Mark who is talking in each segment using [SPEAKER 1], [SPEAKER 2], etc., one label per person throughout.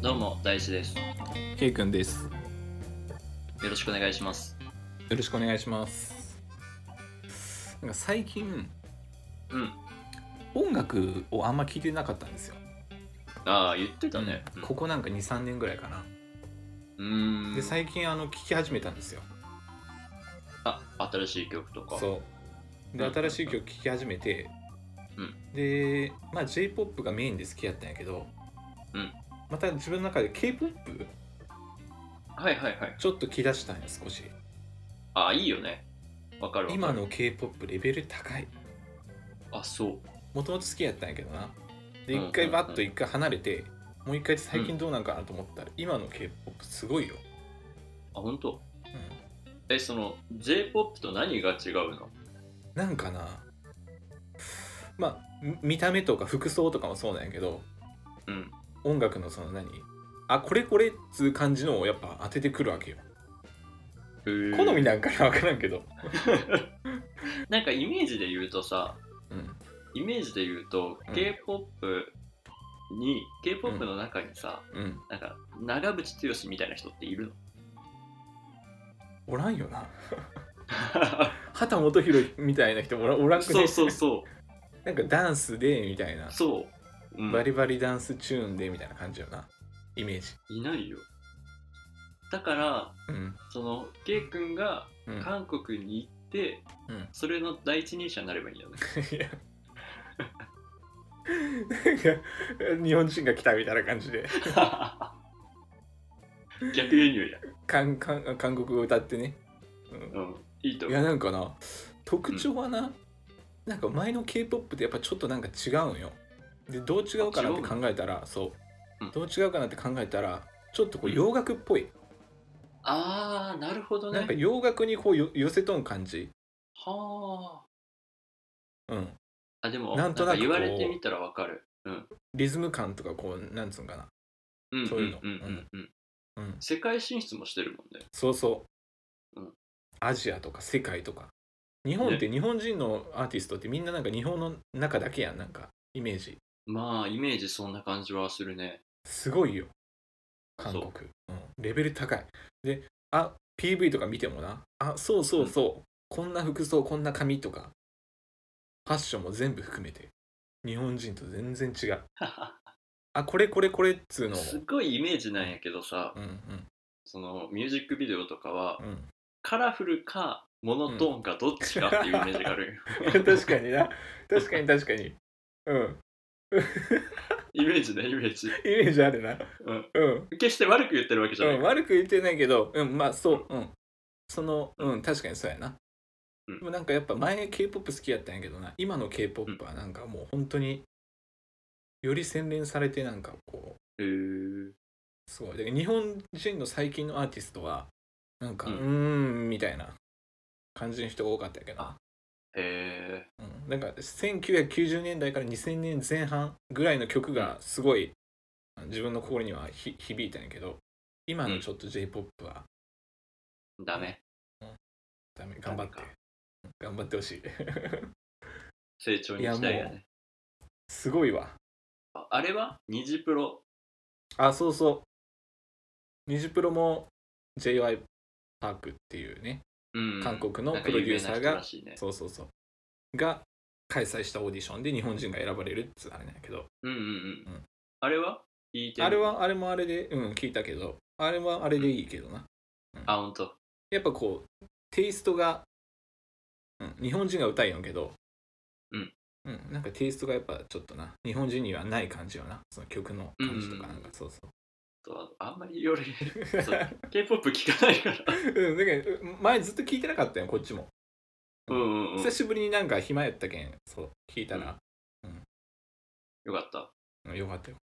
[SPEAKER 1] どうも大志です
[SPEAKER 2] ケイくんです。
[SPEAKER 1] よろしくお願いします
[SPEAKER 2] よろしくお願いします。なんか最近
[SPEAKER 1] うん
[SPEAKER 2] 音楽をあんま聞いてなかったんですよ。
[SPEAKER 1] ああ言ってたね
[SPEAKER 2] ここなんか2、3年ぐらいかな。
[SPEAKER 1] うんうーん
[SPEAKER 2] で最近あの聞き始めたんですよ。
[SPEAKER 1] あ新しい曲とか
[SPEAKER 2] そう。で
[SPEAKER 1] うん
[SPEAKER 2] 新しい曲聴き始めて、
[SPEAKER 1] うん
[SPEAKER 2] でまあ J-POP がメインで好きやったんやけど、
[SPEAKER 1] うん
[SPEAKER 2] また自分の中で K-POP
[SPEAKER 1] はいはいはい
[SPEAKER 2] ちょっと気出したんや少し。
[SPEAKER 1] ああいいよねわかるわかる
[SPEAKER 2] 今の K-POP レベル高い。
[SPEAKER 1] あそう
[SPEAKER 2] もともと好きやったんやけどなで
[SPEAKER 1] うん
[SPEAKER 2] 一回
[SPEAKER 1] うんうん
[SPEAKER 2] バッと一回離れてもう一回最近どうなんかなと思ったら、今の k p o p すごいよ、
[SPEAKER 1] あ本当
[SPEAKER 2] う
[SPEAKER 1] えその J-POP と何が違うの
[SPEAKER 2] ん、なんかなまあみ見た目とか服装とかもそうなんやけど
[SPEAKER 1] うん
[SPEAKER 2] 音楽のその何あこれこれっつう感じのをやっぱ当ててくるわけよ好み
[SPEAKER 1] な
[SPEAKER 2] なんかな分からんけど、
[SPEAKER 1] なんかイメージで言うとさ
[SPEAKER 2] うん、
[SPEAKER 1] イメージで言うと
[SPEAKER 2] うん
[SPEAKER 1] K-POP に K-POP の中にさ
[SPEAKER 2] うん
[SPEAKER 1] なんか長渕剛みたいな人っているの
[SPEAKER 2] おらんよな畑元博みたいな人おらおらんく
[SPEAKER 1] そ
[SPEAKER 2] ね
[SPEAKER 1] うそうそ
[SPEAKER 2] なんかダンスでみたいな
[SPEAKER 1] うそう、うん
[SPEAKER 2] バリバリダンスチューンでみたいな感じよなイメージ
[SPEAKER 1] いないよだから
[SPEAKER 2] うん
[SPEAKER 1] その K 君が
[SPEAKER 2] うん
[SPEAKER 1] 韓国に行って、
[SPEAKER 2] うん
[SPEAKER 1] それの第一人者になればいいんだ よね
[SPEAKER 2] いやなんか日本人が来たみたいな感じで
[SPEAKER 1] 逆輸入や、
[SPEAKER 2] 韓韓韓国語歌ってね、うん
[SPEAKER 1] うん、いいと
[SPEAKER 2] い
[SPEAKER 1] 思
[SPEAKER 2] や
[SPEAKER 1] う
[SPEAKER 2] なんかな特徴はな、なんか前の k p o p ってやっぱちょっとなんか違うんよでどう違うかなって考えたらそう、
[SPEAKER 1] うん
[SPEAKER 2] どう違うかなって考えたらちょっとこう
[SPEAKER 1] うん
[SPEAKER 2] 洋楽っぽい、
[SPEAKER 1] ああなるほどね
[SPEAKER 2] なんか洋楽にこうよ寄せとん感じ
[SPEAKER 1] は
[SPEAKER 2] うん
[SPEAKER 1] ああでも
[SPEAKER 2] なんとなく
[SPEAKER 1] 言われ
[SPEAKER 2] こう
[SPEAKER 1] てみたらわかる、
[SPEAKER 2] リズム感とかこうなんつうんかな
[SPEAKER 1] うん、
[SPEAKER 2] そういうの
[SPEAKER 1] んうんうんうん
[SPEAKER 2] うん
[SPEAKER 1] 世界進出もしてるもんね
[SPEAKER 2] そうそう、
[SPEAKER 1] うん
[SPEAKER 2] アジアとか世界とか日本って日本人のアーティストってみんななんか日本の中だけやんなんかイメージ
[SPEAKER 1] まあイメージそんな感じはするね
[SPEAKER 2] すごいよ韓国う、ん、レベル高いであ PV とか見てもなあそうそうそう、こんな服装こんな髪とかファッションも全部含めて日本人と全然違うあこれこれこれっつう のを
[SPEAKER 1] すごいイメージなんやけどさ、
[SPEAKER 2] うん
[SPEAKER 1] そのミュージックビデオとかは
[SPEAKER 2] うんうん
[SPEAKER 1] カラフルかモノトーンかどっちかっていうイメージがあるよ
[SPEAKER 2] 確かにな確かに確かにうん
[SPEAKER 1] イメージねイメージ、
[SPEAKER 2] イメージあるな
[SPEAKER 1] うん、
[SPEAKER 2] うん
[SPEAKER 1] 決して悪く言ってるわけじゃない、
[SPEAKER 2] うん、悪く言ってないけど、うん、まあそう、うん。その、うん、確かにそうやな。
[SPEAKER 1] うん
[SPEAKER 2] でもなんかやっぱ前 K-POP 好きやったんやけどな、今の K-POP はなんかもう本当に、より洗練されてなんかこ
[SPEAKER 1] へー
[SPEAKER 2] う、すごい。だから日本人の最近のアーティストは、なんか、う
[SPEAKER 1] うん
[SPEAKER 2] ーん、みたいな感じの人が多かったけどな、
[SPEAKER 1] へ
[SPEAKER 2] うん、なんか1990年代から2000年前半ぐらいの曲がすごい、自分の心にはひ響いたんやけど、今のちょっと J-POP は、
[SPEAKER 1] ーダメ
[SPEAKER 2] ダメ頑張って
[SPEAKER 1] ダメか
[SPEAKER 2] 頑張ってほしい
[SPEAKER 1] 成長に期待
[SPEAKER 2] い
[SPEAKER 1] や
[SPEAKER 2] やも
[SPEAKER 1] ね
[SPEAKER 2] すごいわ
[SPEAKER 1] ああれは二次プロ
[SPEAKER 2] あそうそうニジプロも j y パークっていうね
[SPEAKER 1] うん
[SPEAKER 2] 韓国のプロデューサーが
[SPEAKER 1] なんか有名な人らしいね
[SPEAKER 2] そうそうそうが開催したオーディションで日本人が選ばれるっつうあれなんやけど
[SPEAKER 1] うんうんう
[SPEAKER 2] うんん
[SPEAKER 1] あれは聞いてる
[SPEAKER 2] あれはあれもあれでうん聞いたけどあれはあれでいいけどな
[SPEAKER 1] あ本当
[SPEAKER 2] やっぱこうテイストが、うん、日本人が歌いよんけど
[SPEAKER 1] うん、
[SPEAKER 2] うん、なんかテイストがやっぱちょっとな日本人にはない感じよなその曲の感じとかなんか、そうそう
[SPEAKER 1] とあんまりよ りそう K-POP 聞かないから
[SPEAKER 2] うん、だけど前ずっと聞いてなかったよこっちも、
[SPEAKER 1] うんうんうん
[SPEAKER 2] 久しぶりになんか暇やったけんそう聞いたら、
[SPEAKER 1] よかった
[SPEAKER 2] うんよかったよ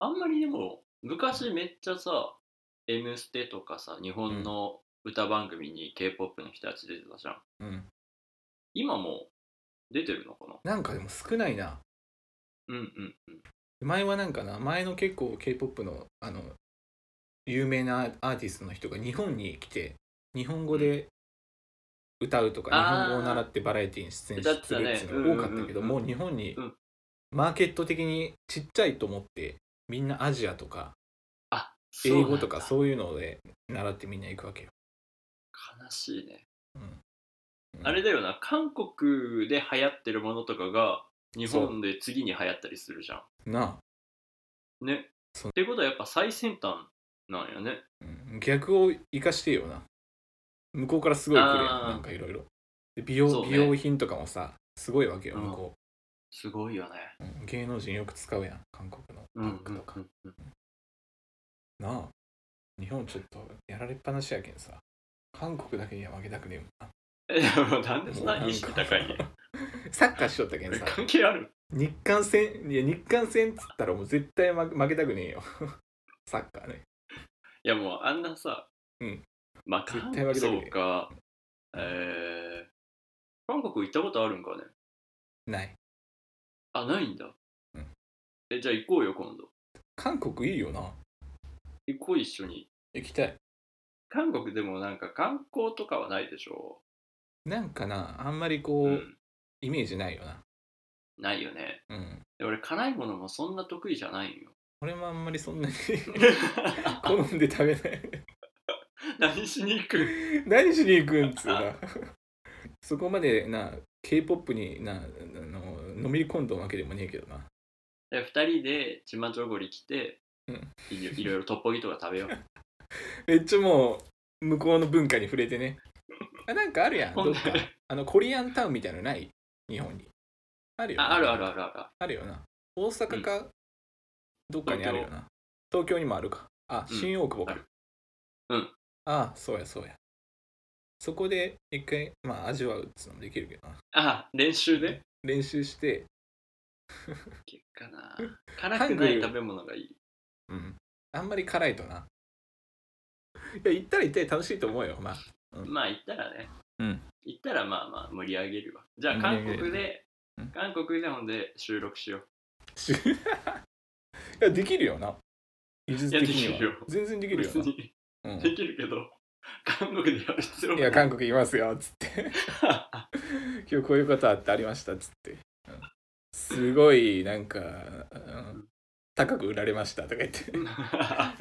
[SPEAKER 1] あんまりでも昔めっちゃさ「M ステ」とかさ日本の歌番組に K-POP の人たち出てたじゃん
[SPEAKER 2] うん
[SPEAKER 1] 今も出てるのかな
[SPEAKER 2] なんかでも少ないな
[SPEAKER 1] うんうんうん
[SPEAKER 2] 前はなんかな前の結構 k p o p のあの有名なアーティストの人が日本に来て日本語で歌うとか、
[SPEAKER 1] あー
[SPEAKER 2] 日本語を習ってバラエティに出演するっていうのが多かった
[SPEAKER 1] だったねうんう
[SPEAKER 2] けど、
[SPEAKER 1] んうん
[SPEAKER 2] もう日本に
[SPEAKER 1] うん
[SPEAKER 2] マーケット的にちっちゃいと思ってみんなアジアとか
[SPEAKER 1] あそう
[SPEAKER 2] 英語とか
[SPEAKER 1] う
[SPEAKER 2] そういうので習ってみんな行くわけよ、
[SPEAKER 1] なんだ悲しいね
[SPEAKER 2] うん
[SPEAKER 1] あれだよな韓国で流行ってるものとかが日本で次に流行ったりするじゃ
[SPEAKER 2] なあ
[SPEAKER 1] んね
[SPEAKER 2] そう
[SPEAKER 1] ってことはやっぱ最先端なんよね
[SPEAKER 2] うん逆を生かしてよな向こうからすごい来るや
[SPEAKER 1] あ
[SPEAKER 2] ん
[SPEAKER 1] ー
[SPEAKER 2] なんかいろいろで美容、
[SPEAKER 1] そうね
[SPEAKER 2] 美容品とかもさすごいわけよ
[SPEAKER 1] うん
[SPEAKER 2] 向こ
[SPEAKER 1] すごいよね
[SPEAKER 2] う、うん芸能人よく使うやん韓国の
[SPEAKER 1] うん
[SPEAKER 2] バッグとか、
[SPEAKER 1] うんうん
[SPEAKER 2] なあ日本ちょっとやられっぱなしやけんさ韓国だけには負けたくねえもんな
[SPEAKER 1] えでもなんでそん
[SPEAKER 2] もう
[SPEAKER 1] な
[SPEAKER 2] なん
[SPEAKER 1] 意
[SPEAKER 2] か
[SPEAKER 1] 識高いね
[SPEAKER 2] サッカーしとったけんさ
[SPEAKER 1] 関係ある
[SPEAKER 2] 日韓戦いや日韓戦っつったらもう絶対負負けたくねえよサッカーね
[SPEAKER 1] いやもうあんなさ、
[SPEAKER 2] うん
[SPEAKER 1] まあ
[SPEAKER 2] 絶
[SPEAKER 1] 韓
[SPEAKER 2] 対負
[SPEAKER 1] 国
[SPEAKER 2] けた
[SPEAKER 1] そ
[SPEAKER 2] くねえ
[SPEAKER 1] うかえー、韓国行ったことあるんかね
[SPEAKER 2] ない
[SPEAKER 1] あないんだ、
[SPEAKER 2] うん
[SPEAKER 1] えじゃあ行こうよ今度
[SPEAKER 2] 韓国いいよな
[SPEAKER 1] 行こう一緒に
[SPEAKER 2] 行きたい
[SPEAKER 1] 韓国でもなんか観光とかはないでしょ
[SPEAKER 2] なんかなあんまりこう、
[SPEAKER 1] うん
[SPEAKER 2] イメージないよな
[SPEAKER 1] ないよね
[SPEAKER 2] うん
[SPEAKER 1] で俺辛いものもそんな得意じゃない んよ
[SPEAKER 2] 俺もあんまりそんなに好んで食べない
[SPEAKER 1] 何しに行く
[SPEAKER 2] 何しに行くんつうなそこまでな k p o p になあののめり込んどんわけでもねえけどな
[SPEAKER 1] で2人でチマチョゴリ来て、
[SPEAKER 2] うん
[SPEAKER 1] いろいろいろトッポギとか食べよう
[SPEAKER 2] めっちゃもう向こうの文化に触れてねあなんかあるやんどっかあのコリアンタウンみたいなのない日本にあるよ
[SPEAKER 1] あ
[SPEAKER 2] な
[SPEAKER 1] あるあるあるある
[SPEAKER 2] あるよな大阪か、どっかにあるよな東京にもあるかあ
[SPEAKER 1] うん
[SPEAKER 2] 新大久保
[SPEAKER 1] あ
[SPEAKER 2] か
[SPEAKER 1] るうん
[SPEAKER 2] ああそうやそうやそこで一回まあ味わうっつうのもできるけどな
[SPEAKER 1] あ練習で
[SPEAKER 2] 練習して
[SPEAKER 1] 結果な辛くない食べ物がいい
[SPEAKER 2] うんあんまり辛いとないや行ったら行ったら楽しいと思うよまあうん
[SPEAKER 1] まあ行ったらね、
[SPEAKER 2] うん
[SPEAKER 1] 行ったらまあまあ盛り上げるわじゃあ
[SPEAKER 2] 盛
[SPEAKER 1] 韓
[SPEAKER 2] り上げる
[SPEAKER 1] 国で
[SPEAKER 2] うん
[SPEAKER 1] 韓国でほんで収録しよう
[SPEAKER 2] しいやできるよな技術
[SPEAKER 1] い
[SPEAKER 2] 的
[SPEAKER 1] やでき
[SPEAKER 2] に
[SPEAKER 1] る
[SPEAKER 2] は
[SPEAKER 1] よ
[SPEAKER 2] 全然できるよ
[SPEAKER 1] 別
[SPEAKER 2] な
[SPEAKER 1] に、
[SPEAKER 2] う ん
[SPEAKER 1] できるけど韓国でやる必要
[SPEAKER 2] いや 韓国いますよっつって今日こういうことあってありましたっつって、うんすごいなんか、うん高く売られましたとか言って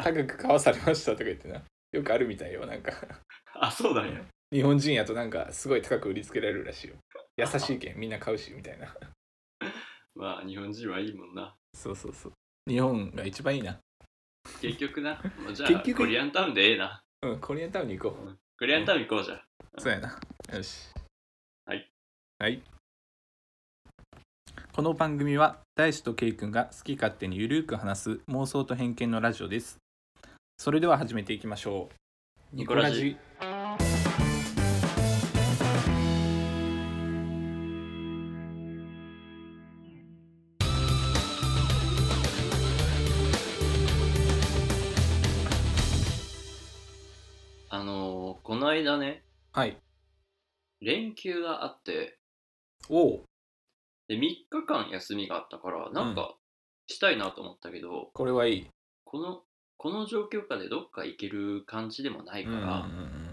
[SPEAKER 2] 高く買わされましたとか言ってなよくあるみたいよなんか
[SPEAKER 1] あそうだね
[SPEAKER 2] 日本人やとなんかすごい高く売りつけられるらしいよ優しいけんみんな買うしみたいな
[SPEAKER 1] まあ日本人はいいもんな
[SPEAKER 2] そうそうそう日本が一番いいな
[SPEAKER 1] 結局 なもうじゃ
[SPEAKER 2] 結
[SPEAKER 1] あ
[SPEAKER 2] 局
[SPEAKER 1] コリアンタウンでええな
[SPEAKER 2] うんコリアンタウンに行こ
[SPEAKER 1] コリアンタウン行こうじゃ
[SPEAKER 2] うそうやなよし
[SPEAKER 1] はい
[SPEAKER 2] はいこの番組は大志とケイ君が好き勝手にゆるーく話す妄想と偏見のラジオですそれでは始めていきましょう
[SPEAKER 1] ニコラジ
[SPEAKER 2] ニ
[SPEAKER 1] あのーこの間ね
[SPEAKER 2] はい
[SPEAKER 1] 連休があって
[SPEAKER 2] おお
[SPEAKER 1] で3日間休みがあったからなんかしたいなと思ったけど、
[SPEAKER 2] これはいい
[SPEAKER 1] このこの状況下でどっか行ける感じでもないから、
[SPEAKER 2] うんうんうん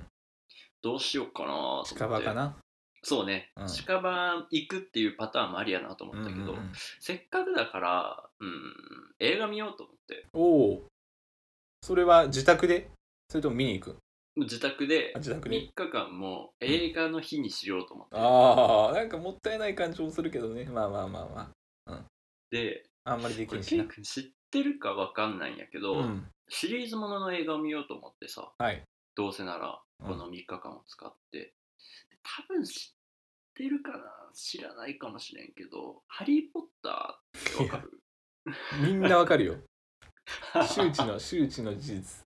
[SPEAKER 1] どうしようかなと思って
[SPEAKER 2] 近場かな
[SPEAKER 1] そうね、
[SPEAKER 2] うん
[SPEAKER 1] 近場行くっていうパターンもありやなと思ったけど、
[SPEAKER 2] うんうんうん
[SPEAKER 1] せっかくだから、うん、映画見ようと思って
[SPEAKER 2] おおそれは自宅でそれとも見に行く
[SPEAKER 1] 自宅で
[SPEAKER 2] あ自宅
[SPEAKER 1] 3
[SPEAKER 2] に
[SPEAKER 1] 日間もう映画の日にしようと思って、
[SPEAKER 2] ああなんかもったいない感じもするけどねまあまあまあま
[SPEAKER 1] で
[SPEAKER 2] ああんまりで
[SPEAKER 1] こ
[SPEAKER 2] き
[SPEAKER 1] れ
[SPEAKER 2] ん
[SPEAKER 1] ケ
[SPEAKER 2] し
[SPEAKER 1] イ
[SPEAKER 2] な
[SPEAKER 1] 君知ってるかわかんないんやけど、
[SPEAKER 2] うん
[SPEAKER 1] シリーズものの映画を見ようと思ってさ
[SPEAKER 2] はい
[SPEAKER 1] どうせなら
[SPEAKER 2] うん
[SPEAKER 1] この3日間を使って、多分知ってるかな知らないかもしれんけど「ハリー・ポッター」ってわかる
[SPEAKER 2] みんなわかるよ 周知の周知の事実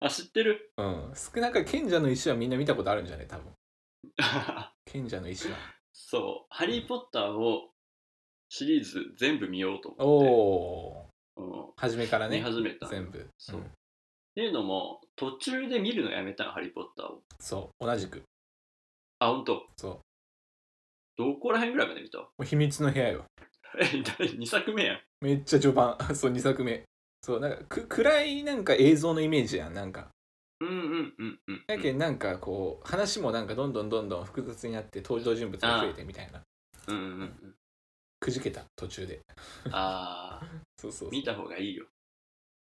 [SPEAKER 1] あ知ってる
[SPEAKER 2] うん少なく賢者の石はみんな見たことあるんじゃない多分賢者の石は
[SPEAKER 1] そう「ハリー・ポッター」をシリーズ全部見ようと
[SPEAKER 2] お
[SPEAKER 1] 思って
[SPEAKER 2] お
[SPEAKER 1] うん
[SPEAKER 2] 初めから
[SPEAKER 1] 見
[SPEAKER 2] ね
[SPEAKER 1] 始めた
[SPEAKER 2] 全部
[SPEAKER 1] そう、
[SPEAKER 2] う
[SPEAKER 1] っ
[SPEAKER 2] ん
[SPEAKER 1] ていうのも途中で見るのやめたの「ハリー・ポッター」を
[SPEAKER 2] そう同じく
[SPEAKER 1] あほんと
[SPEAKER 2] そうも
[SPEAKER 1] どこら辺ぐらいまで見た
[SPEAKER 2] う秘密の部屋よ
[SPEAKER 1] え2作目やん
[SPEAKER 2] めっちゃ序盤 そう2作目そうなんかく暗いなんか映像のイメージやんなんか
[SPEAKER 1] うんうんうんうん
[SPEAKER 2] だけどなんかこう話もなんかどんどんどんどん複雑になって登場人物が増えてみたいな
[SPEAKER 1] うんうんうん
[SPEAKER 2] くじけた途中で
[SPEAKER 1] ああ
[SPEAKER 2] そうそうそう
[SPEAKER 1] 見た方がいいよ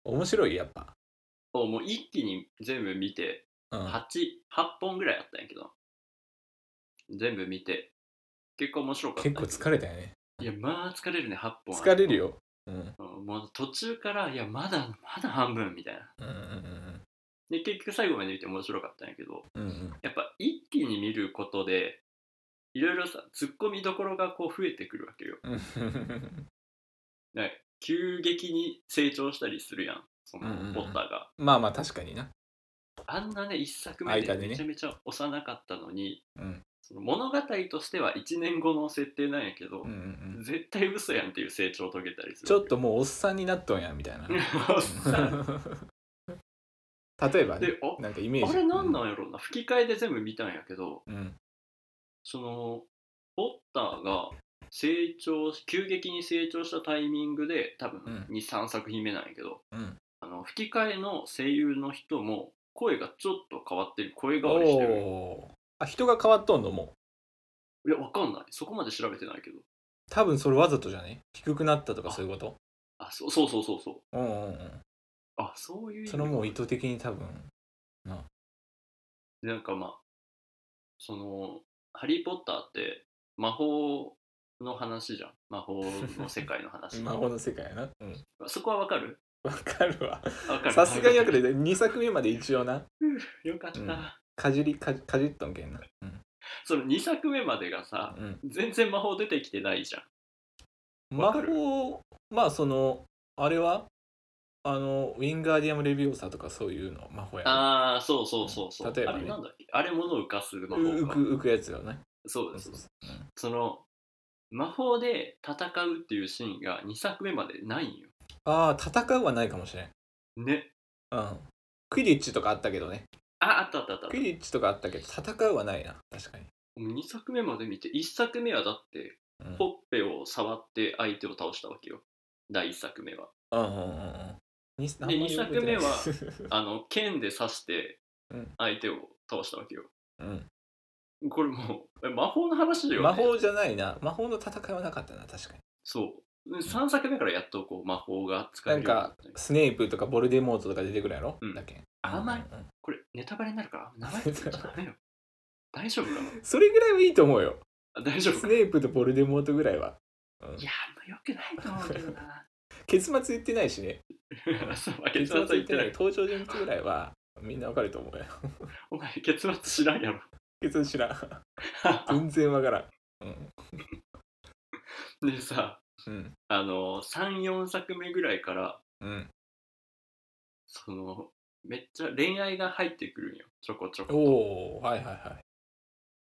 [SPEAKER 2] 面白いやっぱ、
[SPEAKER 1] おもう一気に全部見て
[SPEAKER 2] うん、
[SPEAKER 1] 8, 8本ぐらいあったんやけど全部見て結構面白かった
[SPEAKER 2] 結構疲れたよね
[SPEAKER 1] いやまあ疲れるね8本
[SPEAKER 2] 疲れるようんうん
[SPEAKER 1] うんもう途中からいやまだまだ半分みたいな
[SPEAKER 2] うん
[SPEAKER 1] で結局最後まで見て面白かったんやけど
[SPEAKER 2] うんうんうん
[SPEAKER 1] やっぱ一気に見ることでいろいろさツッコミどころがこう増えてくるわけよ
[SPEAKER 2] うん
[SPEAKER 1] 急激に成長したりするやんその
[SPEAKER 2] うんうんうん
[SPEAKER 1] ポッターが、
[SPEAKER 2] まあまあ確かにな
[SPEAKER 1] あんなね一作目で
[SPEAKER 2] 間でね
[SPEAKER 1] めちゃめちゃ幼かったのに、
[SPEAKER 2] うん
[SPEAKER 1] その物語としては1年後の設定なんやけど、
[SPEAKER 2] うんうんうん
[SPEAKER 1] 絶対嘘やんっていう成長を遂げたりする
[SPEAKER 2] ちょっともうおっさんになっとんやみたいな
[SPEAKER 1] おっ さん
[SPEAKER 2] 例えばね
[SPEAKER 1] でお
[SPEAKER 2] なんかイメージ
[SPEAKER 1] あれなんなんやろうな吹き替えで全部見たんやけど
[SPEAKER 2] うん
[SPEAKER 1] そのポッターが成長急激に成長したタイミングで多分
[SPEAKER 2] う
[SPEAKER 1] 23、作品目なんやけど
[SPEAKER 2] うん
[SPEAKER 1] あの吹き替えの声優の人も声がちょっと変わってる声変
[SPEAKER 2] お
[SPEAKER 1] わりしてる
[SPEAKER 2] おーあ人が変わっとんのもう
[SPEAKER 1] いやわかんないそこまで調べてないけど
[SPEAKER 2] 多分それわざとじゃね低くなったとかそういうこと
[SPEAKER 1] あそうそうそうそうそう
[SPEAKER 2] うんうんうん
[SPEAKER 1] あそういう意味
[SPEAKER 2] それはもう意図的に多分
[SPEAKER 1] なんかまあその「ハリー・ポッター」って魔法の話じゃん魔法の世界の話
[SPEAKER 2] 魔法の世界やなうん
[SPEAKER 1] そこはわかる
[SPEAKER 2] わかるわ
[SPEAKER 1] わかる
[SPEAKER 2] さすがにやけど2作目まで一応な
[SPEAKER 1] よかった、
[SPEAKER 2] うんかじりかじかじっとんけんな
[SPEAKER 1] その2作目までがさ
[SPEAKER 2] うん、
[SPEAKER 1] 全然魔法出てきてないじゃん
[SPEAKER 2] うん、魔
[SPEAKER 1] わかる
[SPEAKER 2] 法まあそのあれはあのウィンガーディアム・レビューサーとかそういうの魔法やろ
[SPEAKER 1] ああそうそうそうそう、
[SPEAKER 2] 例えばね
[SPEAKER 1] あれなんだっけあれ物を浮かす魔
[SPEAKER 2] う
[SPEAKER 1] 法
[SPEAKER 2] 浮
[SPEAKER 1] か
[SPEAKER 2] く浮くやつよね
[SPEAKER 1] そう
[SPEAKER 2] そ
[SPEAKER 1] ですそ
[SPEAKER 2] うそ
[SPEAKER 1] ううです
[SPEAKER 2] そううん
[SPEAKER 1] その魔法で戦うっていうシーンが2作目までないんよ
[SPEAKER 2] ああ戦うはないかもしれん
[SPEAKER 1] ね
[SPEAKER 2] うんクイディッチとかあったけどね
[SPEAKER 1] ああったあったあった
[SPEAKER 2] クイディッチとかあったけど戦うはないな確かに、
[SPEAKER 1] 2作目まで見て1作目はだって
[SPEAKER 2] うん、
[SPEAKER 1] ほっぺを触って相手を倒したわけよ第1作目は
[SPEAKER 2] うんうんうんうんにあんまり覚えてない
[SPEAKER 1] 二作あの剣で刺して
[SPEAKER 2] うん
[SPEAKER 1] 相手を倒したわけよ
[SPEAKER 2] うん
[SPEAKER 1] これもうえ魔法の話だよ、ね、
[SPEAKER 2] 魔法じゃないな魔法の戦いはなかったな確かに
[SPEAKER 1] そう3作目からやっとこう魔法が使え
[SPEAKER 2] な
[SPEAKER 1] る
[SPEAKER 2] ん
[SPEAKER 1] ようにな
[SPEAKER 2] か
[SPEAKER 1] ったんよ
[SPEAKER 2] スネープとかボルデモートとか出てくるやろ、
[SPEAKER 1] うん
[SPEAKER 2] だけ
[SPEAKER 1] あんまり
[SPEAKER 2] ううん
[SPEAKER 1] これネタバレになるから名前言っちゃダメよ大丈夫かな
[SPEAKER 2] それぐらいはいいと思うよ
[SPEAKER 1] あ大丈夫
[SPEAKER 2] ス
[SPEAKER 1] か
[SPEAKER 2] ネープとボルデモートぐらいは、うん
[SPEAKER 1] いやあんまよくないと思うけどな
[SPEAKER 2] 結末言ってないしね
[SPEAKER 1] そう結末は言ってない
[SPEAKER 2] 結末言ってない登場人物ぐらいはみんなわかると思うよ
[SPEAKER 1] お前結末知らんやろ
[SPEAKER 2] 結末知らん全然わからんうん、
[SPEAKER 1] でさ
[SPEAKER 2] うん
[SPEAKER 1] あの34作目ぐらいから
[SPEAKER 2] うん、
[SPEAKER 1] そのめっちゃ恋愛が入ってくるんよちょこちょ
[SPEAKER 2] お
[SPEAKER 1] こ
[SPEAKER 2] おはいは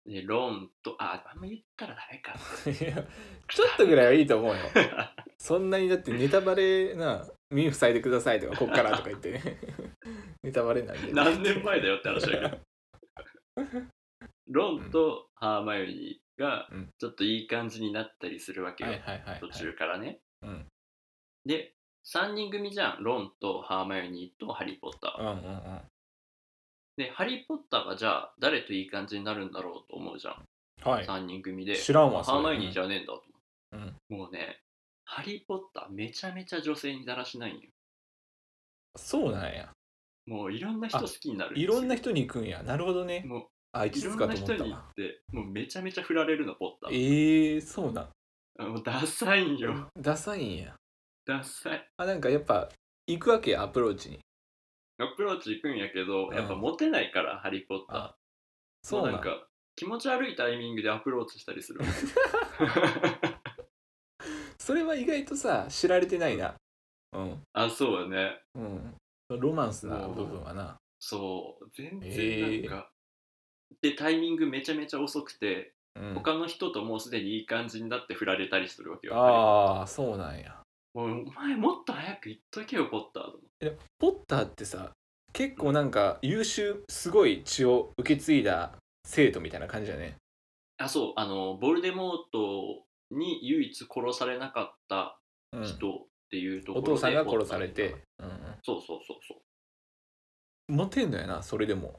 [SPEAKER 1] とでロンとああんま言ったらダメか
[SPEAKER 2] いはい いやちょっとぐらいはいいと思うよそんなにだってネタバレな耳塞いでくださいとかこっからとか言っ てねネタバレなんで
[SPEAKER 1] 何年前だよって話だけどロンとハーマイオニーが
[SPEAKER 2] うん
[SPEAKER 1] ちょっといい感じになったりするわけよ、
[SPEAKER 2] はいはいはい、はい、
[SPEAKER 1] 途中からね、
[SPEAKER 2] うん
[SPEAKER 1] で3人組じゃんロンとハーマイオニーとハリー・ポッター、
[SPEAKER 2] うんうんうん
[SPEAKER 1] でハリー・ポッターがじゃあ誰といい感じになるんだろうと思うじゃん、
[SPEAKER 2] はい
[SPEAKER 1] 3人組で
[SPEAKER 2] 知らんわ
[SPEAKER 1] ハーマイオニー
[SPEAKER 2] に
[SPEAKER 1] じゃねえんだと
[SPEAKER 2] う
[SPEAKER 1] 思
[SPEAKER 2] ん
[SPEAKER 1] って、もうねハリー・ポッターめちゃめちゃ女性にだらしないんよ
[SPEAKER 2] そうなんや
[SPEAKER 1] もういろんな人好きになる
[SPEAKER 2] いろんな
[SPEAKER 1] 人
[SPEAKER 2] 人に行くんやなるほどね
[SPEAKER 1] もう
[SPEAKER 2] あ一
[SPEAKER 1] いろ
[SPEAKER 2] 途
[SPEAKER 1] ん
[SPEAKER 2] か
[SPEAKER 1] な
[SPEAKER 2] と思った
[SPEAKER 1] 人に行
[SPEAKER 2] わ
[SPEAKER 1] ってもうめちゃめちゃ振られるのポッタ
[SPEAKER 2] え
[SPEAKER 1] ー
[SPEAKER 2] ー、そうなん
[SPEAKER 1] あもうダサいんよ
[SPEAKER 2] ダサいんや
[SPEAKER 1] ダサい
[SPEAKER 2] あなんかやっぱ行くわけやアプローチに
[SPEAKER 1] アプローチ行くんやけど
[SPEAKER 2] うん
[SPEAKER 1] やっぱモテないから、ハリー・ポッター
[SPEAKER 2] あそうなん
[SPEAKER 1] もなんか気持ち悪いタイミングでアプローチしたりする
[SPEAKER 2] それは意外とさ知られてないなうん
[SPEAKER 1] あそうだね
[SPEAKER 2] うんロマンスな部分はな
[SPEAKER 1] そう全然なんか、でタイミングめちゃめちゃ遅くて
[SPEAKER 2] うん
[SPEAKER 1] 他の人ともうすでにいい感じになって振られたりするわけよ
[SPEAKER 2] ああそうなんや
[SPEAKER 1] もうお前もっと早く言っとけよポッターと思って
[SPEAKER 2] ポッターってさ結構なんか優秀すごい血を受け継いだ生徒みたいな感じだね
[SPEAKER 1] あそうあのボルデモートに唯一殺されなかった
[SPEAKER 2] うん
[SPEAKER 1] 人っていうとこ
[SPEAKER 2] お
[SPEAKER 1] ろで、
[SPEAKER 2] 父さんが殺されて
[SPEAKER 1] ポッターが
[SPEAKER 2] うんうん
[SPEAKER 1] そうそうそうそう
[SPEAKER 2] モテんのやなそれでも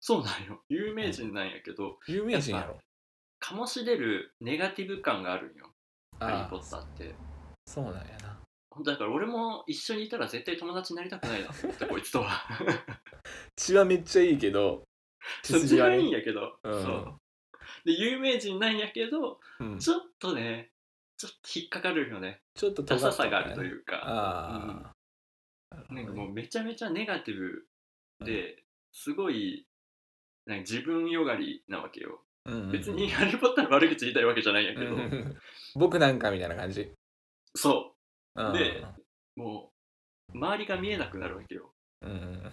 [SPEAKER 1] そうなんよ有名人なんやけど、
[SPEAKER 2] 有名人やろ
[SPEAKER 1] 醸し出るネガティブ感があるんよハリー・
[SPEAKER 2] あ
[SPEAKER 1] ポ
[SPEAKER 2] あ
[SPEAKER 1] ッターって
[SPEAKER 2] そうなんやな
[SPEAKER 1] 本当だから俺も一緒にいたら絶対友達になりたくないなと思ってこいつと は
[SPEAKER 2] 血はめっちゃいいけど
[SPEAKER 1] そっちはいいんやけど、
[SPEAKER 2] うん
[SPEAKER 1] そうで有名人なんやけど
[SPEAKER 2] うん
[SPEAKER 1] ちょっとねちょっと引っかかるよね
[SPEAKER 2] ちょっと
[SPEAKER 1] ダ
[SPEAKER 2] 高
[SPEAKER 1] サさがあるというか
[SPEAKER 2] ああ、
[SPEAKER 1] なんか
[SPEAKER 2] なるほど
[SPEAKER 1] もう
[SPEAKER 2] ね
[SPEAKER 1] めちゃめちゃネガティブですごいなんか自分よがりなわけよ
[SPEAKER 2] うんうん
[SPEAKER 1] 別に「ハリー・ポッター」の悪口言いたいわけじゃないんや
[SPEAKER 2] う
[SPEAKER 1] けど、
[SPEAKER 2] ん僕なんかみたいな感じ
[SPEAKER 1] そ
[SPEAKER 2] うん
[SPEAKER 1] でうもう周りが見えなくなるわけよ
[SPEAKER 2] うんうん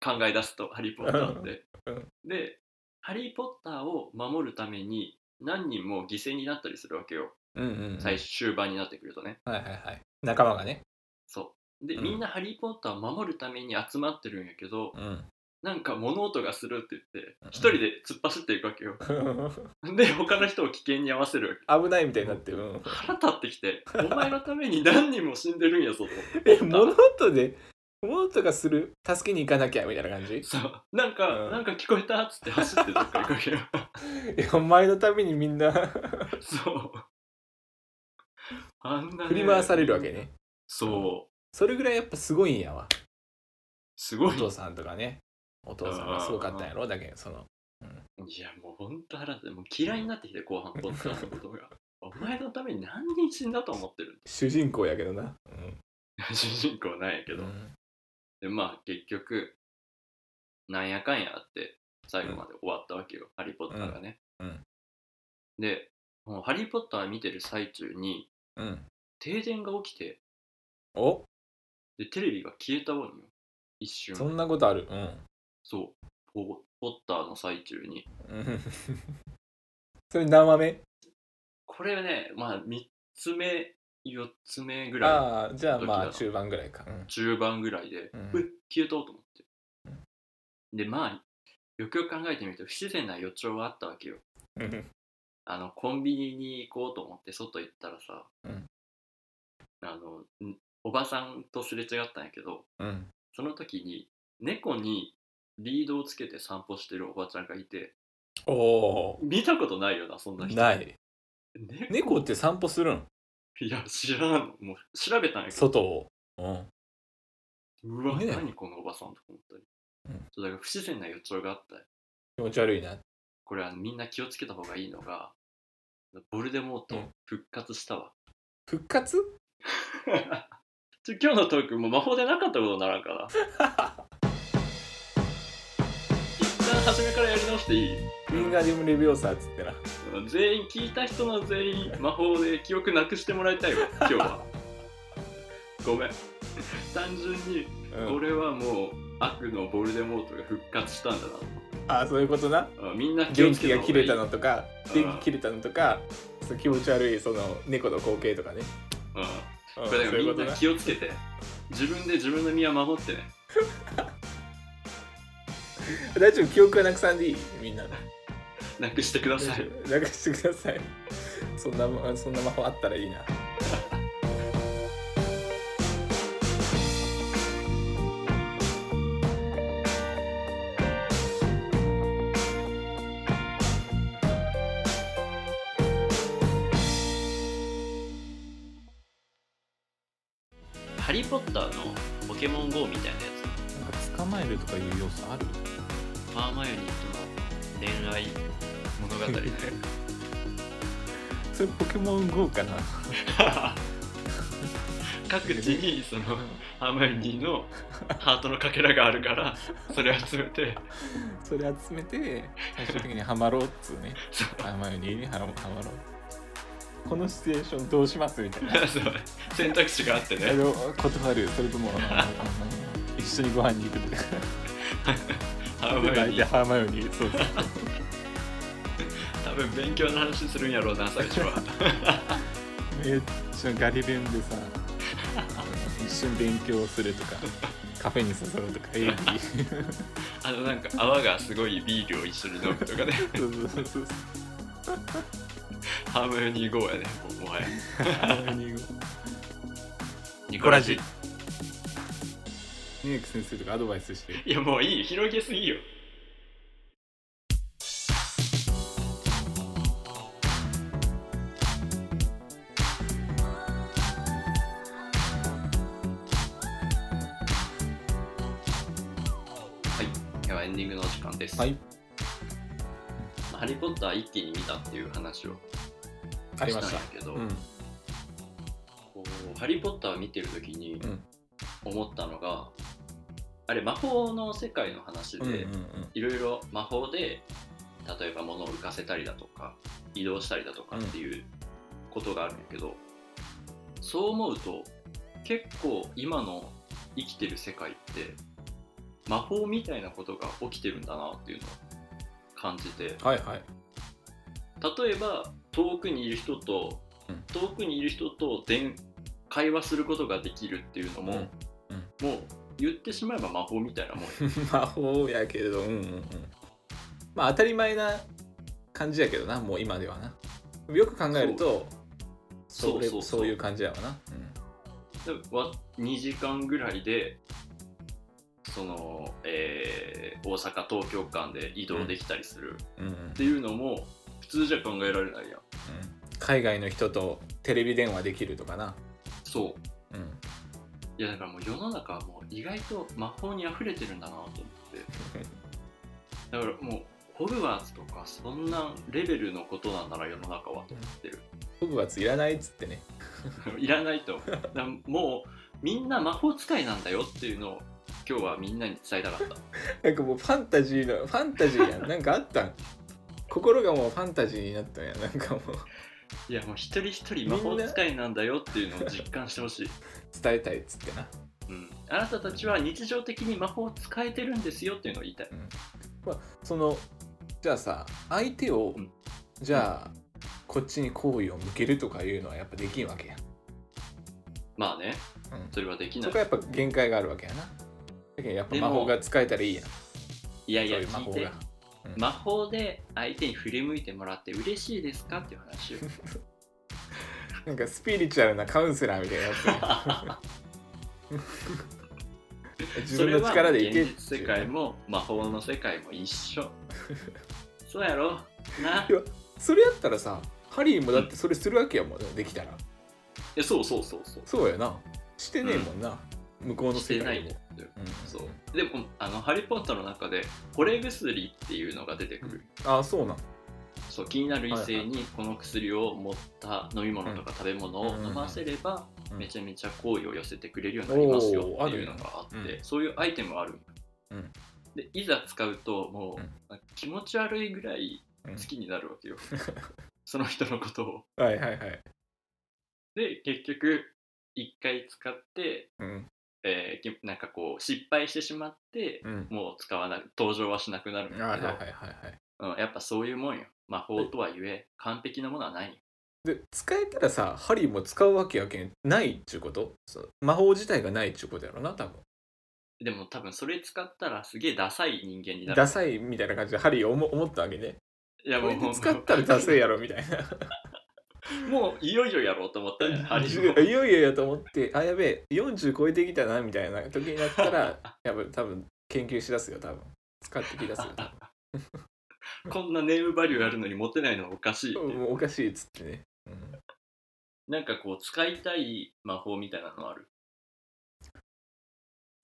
[SPEAKER 1] 考え出すと「ハリー・ポッター」って
[SPEAKER 2] うん
[SPEAKER 1] で「ハリー・ポッター」を守るために何人も犠牲になったりするわけよ
[SPEAKER 2] うんうん
[SPEAKER 1] 最終盤になってくるとね
[SPEAKER 2] はいはいはい仲間がね
[SPEAKER 1] そうで
[SPEAKER 2] うん
[SPEAKER 1] みんな「ハリー・ポッター」を守るために集まってるんやけど
[SPEAKER 2] うん
[SPEAKER 1] なんか物音がするって言って
[SPEAKER 2] うん
[SPEAKER 1] 一人で突っ走っていくわけよで他の人を危険に合わせるわけ
[SPEAKER 2] 危ないみたいになって うん
[SPEAKER 1] 腹立ってきてお前のために何人も死んでるんやぞと思っ て
[SPEAKER 2] え物音で物音がする助けに行かなきゃみたいな感じ
[SPEAKER 1] そうなんか、
[SPEAKER 2] うん
[SPEAKER 1] なんか聞こえたっつって走ってどっか行くわけよ
[SPEAKER 2] いやお前のためにみんな
[SPEAKER 1] そうあんな、ね、
[SPEAKER 2] 振り回されるわけね
[SPEAKER 1] そう
[SPEAKER 2] それぐらいやっぱすごいんやわ
[SPEAKER 1] す
[SPEAKER 2] お
[SPEAKER 1] ごい
[SPEAKER 2] 父さんとかねお父さんがすごかったんやろだけどその
[SPEAKER 1] いやもうほんと腹立ってもう嫌いになってきて 後半ポッターのことがお前のために何人死んだと思ってる
[SPEAKER 2] 主人公やけどな
[SPEAKER 1] 主人公なんやけ
[SPEAKER 2] う
[SPEAKER 1] ど、
[SPEAKER 2] ん
[SPEAKER 1] でまあ結局なんやかんやあって最後まで終わったわけよ、ハリー・ポッターがね、
[SPEAKER 2] うんうん
[SPEAKER 1] でもうハリー・ポッター見てる最中に
[SPEAKER 2] うん
[SPEAKER 1] 停電が起きて
[SPEAKER 2] お
[SPEAKER 1] でテレビが消えたわけよ一瞬
[SPEAKER 2] そ
[SPEAKER 1] そ
[SPEAKER 2] んなことあるうん
[SPEAKER 1] うポポッターの最中に
[SPEAKER 2] うん それ何話目
[SPEAKER 1] これねまあ3つ目4つ目ぐら
[SPEAKER 2] ああじゃあま
[SPEAKER 1] ど
[SPEAKER 2] あ
[SPEAKER 1] っちだ
[SPEAKER 2] 中盤ぐらいか
[SPEAKER 1] い中盤ぐらいで、
[SPEAKER 2] うん
[SPEAKER 1] え消えたと思って、でまあよくよく考えてみると不自然な予兆はあったわけよ
[SPEAKER 2] うんうん
[SPEAKER 1] あのコンビニに行こうと思って外行ったらさ、
[SPEAKER 2] うん
[SPEAKER 1] あのんおばさんとすれ違ったんやけど
[SPEAKER 2] うん
[SPEAKER 1] その時に猫にリードをつけて散歩してるおばちゃんがいて
[SPEAKER 2] おお
[SPEAKER 1] 見たことないよなそんな人
[SPEAKER 2] ない
[SPEAKER 1] ね
[SPEAKER 2] 猫って散歩するん
[SPEAKER 1] いや知らんもう調べたんやけど
[SPEAKER 2] 外をうん
[SPEAKER 1] うわ、
[SPEAKER 2] ね
[SPEAKER 1] 何このおばさんとか思ったり、
[SPEAKER 2] うん
[SPEAKER 1] そうだから不自然な予兆があった
[SPEAKER 2] 気持ち悪いな
[SPEAKER 1] これはみんな気をつけた方がいいのがボルデモート
[SPEAKER 2] うん
[SPEAKER 1] 復活したわ、
[SPEAKER 2] 復活
[SPEAKER 1] ちょ今日のトークもう魔法でなかったことにならんかな一旦初めからやり直していい
[SPEAKER 2] ウィンガディムレビオーサーっつってな
[SPEAKER 1] 全員聞いた人の全員魔法で記憶なくしてもらいたいわ今日 はごめん単純に
[SPEAKER 2] うん
[SPEAKER 1] これはもう悪のボルデモートが復活したんだ
[SPEAKER 2] ああそういうことな
[SPEAKER 1] なあみんな気を
[SPEAKER 2] 電
[SPEAKER 1] つけた
[SPEAKER 2] 気が
[SPEAKER 1] 方
[SPEAKER 2] 切
[SPEAKER 1] がい
[SPEAKER 2] れ
[SPEAKER 1] い
[SPEAKER 2] たのとか電気切れたのとかそう気持ち悪いその猫の光景とかね
[SPEAKER 1] うん
[SPEAKER 2] うん
[SPEAKER 1] こ
[SPEAKER 2] そう
[SPEAKER 1] れだから
[SPEAKER 2] い
[SPEAKER 1] み
[SPEAKER 2] うんこ
[SPEAKER 1] な
[SPEAKER 2] とな
[SPEAKER 1] 気をつけて自分で自分の身は守ってね
[SPEAKER 2] 大丈夫記憶はなくさんでいいみんな
[SPEAKER 1] なくしてくだ
[SPEAKER 2] 大
[SPEAKER 1] さ
[SPEAKER 2] 丈
[SPEAKER 1] い
[SPEAKER 2] 夫なくしてくださいそんなもそんな魔法あったらいいな
[SPEAKER 1] ハリー・ポッターのポケモン GO みたいなや
[SPEAKER 2] なんか捕まえるとかいう要素ある
[SPEAKER 1] つパーマヨニーとの恋愛物語ね
[SPEAKER 2] それポケモン GO かな
[SPEAKER 1] 各地にそのハーマヨニーのハートのかけらがあるからそれ集めて
[SPEAKER 2] それ集めて最終的にハマろうっつうね
[SPEAKER 1] そう
[SPEAKER 2] ハマよにハマハマろうこのシチュエーションどうしますみたいな
[SPEAKER 1] そう選択肢があって
[SPEAKER 2] あ
[SPEAKER 1] ね
[SPEAKER 2] の断るそれともあのあの一緒にご飯に行くとか
[SPEAKER 1] ハーマヨニー
[SPEAKER 2] ハーマヨニーそうそう
[SPEAKER 1] 多分勉強の話するんやろうな最初 は
[SPEAKER 2] めっちゃガリ勉でさうん一緒に勉強するとかカフェに誘うとか AD
[SPEAKER 1] あのなんか泡がすごいビールを一緒に飲むとかね
[SPEAKER 2] そうそうそうそう
[SPEAKER 1] ハーマヨニー GO やねもうもはや
[SPEAKER 2] ハーマヨニー語
[SPEAKER 1] ニ
[SPEAKER 2] コラジ ニューヨーク先生とかアドバイスして
[SPEAKER 1] いやもういい広げすぎよはエンディングのお時間です。
[SPEAKER 2] はい
[SPEAKER 1] まあハリー・ポッター一気に見たっていう話を
[SPEAKER 2] あり
[SPEAKER 1] し
[SPEAKER 2] ま
[SPEAKER 1] たん
[SPEAKER 2] し
[SPEAKER 1] だ
[SPEAKER 2] た
[SPEAKER 1] けど、
[SPEAKER 2] うん
[SPEAKER 1] こうハリー・ポッター見てる時に
[SPEAKER 2] うん
[SPEAKER 1] 思ったのが、あれ魔法の世界の話で、
[SPEAKER 2] うんうんうん
[SPEAKER 1] いろいろ魔法で例えば物を浮かせたりだとか移動したりだとかっていうことがあるんやけど、そう思うと結構今の生きてる世界って魔法みたいなことが起きてるんだなっていうのを感じて
[SPEAKER 2] はいはい
[SPEAKER 1] 例えば遠くにいる人と、
[SPEAKER 2] うん
[SPEAKER 1] 遠くにいる人と電会話することができるっていうのも、
[SPEAKER 2] うん
[SPEAKER 1] もう言ってしまえば魔法みたいなもんや
[SPEAKER 2] 魔法やけどうんうんうんまあ当たり前な感じやけどなもう今ではなよく考えるとそれそういう感じやわな、
[SPEAKER 1] でわ2時間ぐらいでその、えー大阪東京間で移動できたりするっ
[SPEAKER 2] うんうんうん
[SPEAKER 1] ていうのも普通じゃ考えられないやん
[SPEAKER 2] 海外の人とテレビ電話できるとかな、
[SPEAKER 1] そう
[SPEAKER 2] うん、
[SPEAKER 1] いやだからもう世の中はもう意外と魔法に溢れてるんだなと思ってだからもうホグワーツとかそんなレベルのことなんだな世の中はと 思ってる
[SPEAKER 2] ホグワーツいらないっつってね
[SPEAKER 1] いらないとだからもうみんな魔法使いなんだよっていうのを今日はみんなに伝えたかった
[SPEAKER 2] なんかもうファンタジーのファンタジーやんなんかあったん 心がもうファンタジーになったんやなんかもう
[SPEAKER 1] いやもう一人一人魔法使いなんだよっていうのを実感してほしい、
[SPEAKER 2] 伝えたいっつってな、
[SPEAKER 1] うん、あなたたちは日常的に魔法を使えてるんですよっていうのを言いたい
[SPEAKER 2] そのじゃあさ相手を、
[SPEAKER 1] うん
[SPEAKER 2] じゃあこっちに好意を向けるとかいうのはやっぱできんわけや、
[SPEAKER 1] まあね
[SPEAKER 2] うん、
[SPEAKER 1] それはできな
[SPEAKER 2] そ
[SPEAKER 1] い
[SPEAKER 2] こはやっぱ限界があるわけやなだけどやっぱ魔法が使えたらいいやん
[SPEAKER 1] いやいや
[SPEAKER 2] そういう魔
[SPEAKER 1] 聞い
[SPEAKER 2] 法
[SPEAKER 1] て
[SPEAKER 2] が
[SPEAKER 1] 魔法で相手に振り向いてもらって嬉しいですかっていう話よ
[SPEAKER 2] なんかスピリチュアルなカウンセラーみたいになってる 自分の力でい
[SPEAKER 1] それ
[SPEAKER 2] け
[SPEAKER 1] は現実世界も魔法の世界も一 緒そうやろない
[SPEAKER 2] やそれやったらさハリーもだってそれするわけやもん、できたら
[SPEAKER 1] えそうそうそうそ
[SPEAKER 2] そうやなしてねえもんな、向こう
[SPEAKER 1] う
[SPEAKER 2] の
[SPEAKER 1] して
[SPEAKER 2] 世
[SPEAKER 1] な
[SPEAKER 2] 界
[SPEAKER 1] い
[SPEAKER 2] で
[SPEAKER 1] ん
[SPEAKER 2] も
[SPEAKER 1] だよ
[SPEAKER 2] うん、
[SPEAKER 1] そうでもあの「ハリー・ポッター」の中で「惚れ薬」っていうのが出てくる
[SPEAKER 2] ああそうなん
[SPEAKER 1] そう気になる異性にこの薬を持った飲み物とか食べ物を飲ませれば
[SPEAKER 2] うん
[SPEAKER 1] めちゃめちゃ好意を寄せてくれるようになりますよ
[SPEAKER 2] おー
[SPEAKER 1] っていうのがあ
[SPEAKER 2] あ
[SPEAKER 1] っ
[SPEAKER 2] る
[SPEAKER 1] て
[SPEAKER 2] ね
[SPEAKER 1] そういうアイテムはある
[SPEAKER 2] うん
[SPEAKER 1] でいざ使うとも
[SPEAKER 2] うん
[SPEAKER 1] うなんか気持ち悪いぐらい好きになるわ けよその人のことを
[SPEAKER 2] はいはいはい、
[SPEAKER 1] で結局一回使って
[SPEAKER 2] うん
[SPEAKER 1] えーきなんかこう失敗してしまって
[SPEAKER 2] うん、
[SPEAKER 1] もう使わない登場はしなくなるん
[SPEAKER 2] はいは
[SPEAKER 1] だ
[SPEAKER 2] い
[SPEAKER 1] け
[SPEAKER 2] はいは
[SPEAKER 1] ど
[SPEAKER 2] いはい
[SPEAKER 1] うんやっぱそういうもんよ魔法とはいえ完璧なものはないよ
[SPEAKER 2] で使えたらさハリーも使うわけやけんないっちゅうことそう魔法自体がないっちゅうことやろな多分
[SPEAKER 1] でも多分それ使ったらすげえダサい人間になる
[SPEAKER 2] ダ。サいみたいな感じでハリー思思ったわけね
[SPEAKER 1] いや
[SPEAKER 2] これ
[SPEAKER 1] ほん
[SPEAKER 2] で
[SPEAKER 1] ま
[SPEAKER 2] 使ったらダセえやろみたいな
[SPEAKER 1] もういよいよやろうと思ったね。ハリーも
[SPEAKER 2] いよいよやと思ってあやべえ40超えてきたなみたいな時になった らやっぱ多分研究しだすよ多分使ってきだすよ多
[SPEAKER 1] こんなネームバリューあるのに持てないのはおかしいって
[SPEAKER 2] 分もうおかしいっつってね、うん
[SPEAKER 1] なんかこう使いたい魔法みたいなのある。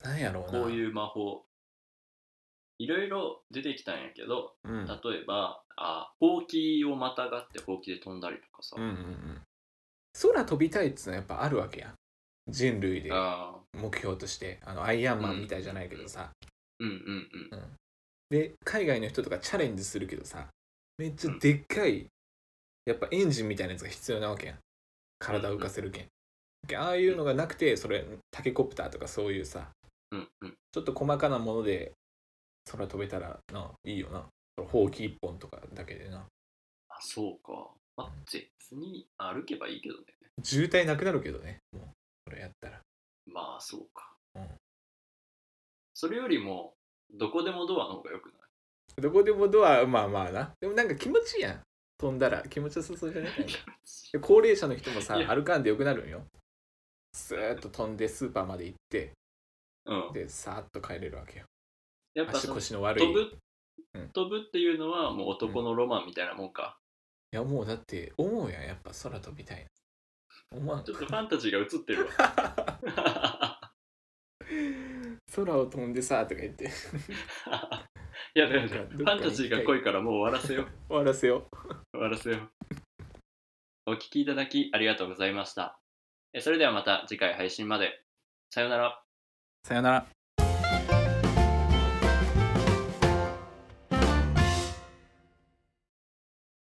[SPEAKER 2] なんやろうな
[SPEAKER 1] こう
[SPEAKER 2] う、
[SPEAKER 1] いう魔法。いろいろ出てきたんやけど、
[SPEAKER 2] ん、うん
[SPEAKER 1] 例えば、あ、ほうきをまたがってほうきで飛んだりとかさ。
[SPEAKER 2] うんうん空飛びたいっつうのはやっぱあるわけや人類で
[SPEAKER 1] あー
[SPEAKER 2] 目標としてあのアイアンマンみたいじゃないけどさ、
[SPEAKER 1] うんうんうん。
[SPEAKER 2] で海外の人とかチャレンジするけどさめっちゃでっかい、やっぱエンジンみたいなやつが必要なわけやん体を浮かせるけん、けんああいうのがなくてそれタケコプターとかそういうさ
[SPEAKER 1] うんうん。
[SPEAKER 2] ちょっと細かなもので空飛べたらないいよなほうき一本とかだけでな
[SPEAKER 1] あ、そうか。まあ、別に歩けばいいけどね。
[SPEAKER 2] 渋滞なくなるけどねもうそれやったら
[SPEAKER 1] まあそうか、
[SPEAKER 2] うん
[SPEAKER 1] それよりもどこでもドアの方がよくない
[SPEAKER 2] どこでもドアまあまあなでもなんか気持ちいいやん飛んだら気持ちよさそうじゃないなんかで高齢者の人もさ
[SPEAKER 1] いや
[SPEAKER 2] 歩かんでよくなるんよスーッと飛んでスーパーまで行って
[SPEAKER 1] うん、
[SPEAKER 2] でさーっと帰れるわけよ
[SPEAKER 1] やっぱ
[SPEAKER 2] 足
[SPEAKER 1] その
[SPEAKER 2] 腰の悪い
[SPEAKER 1] 飛
[SPEAKER 2] い
[SPEAKER 1] ぶ、
[SPEAKER 2] うん
[SPEAKER 1] 飛ぶっていうのはもう男のロマンみたいなもんか、
[SPEAKER 2] やもうだって思うやんやっぱ空飛びたいな思わん
[SPEAKER 1] ちょっとファンタジーが映ってるわ
[SPEAKER 2] 空を飛んでさーとか言って
[SPEAKER 1] いやだよね
[SPEAKER 2] なんかどっか
[SPEAKER 1] フ
[SPEAKER 2] に
[SPEAKER 1] ァンタジーが濃いからもう終わらせよう
[SPEAKER 2] 終わらせよう
[SPEAKER 1] 終わらせようお聞きいただきありがとうございましたえそれではまた次回配信までさようなら
[SPEAKER 2] さよなら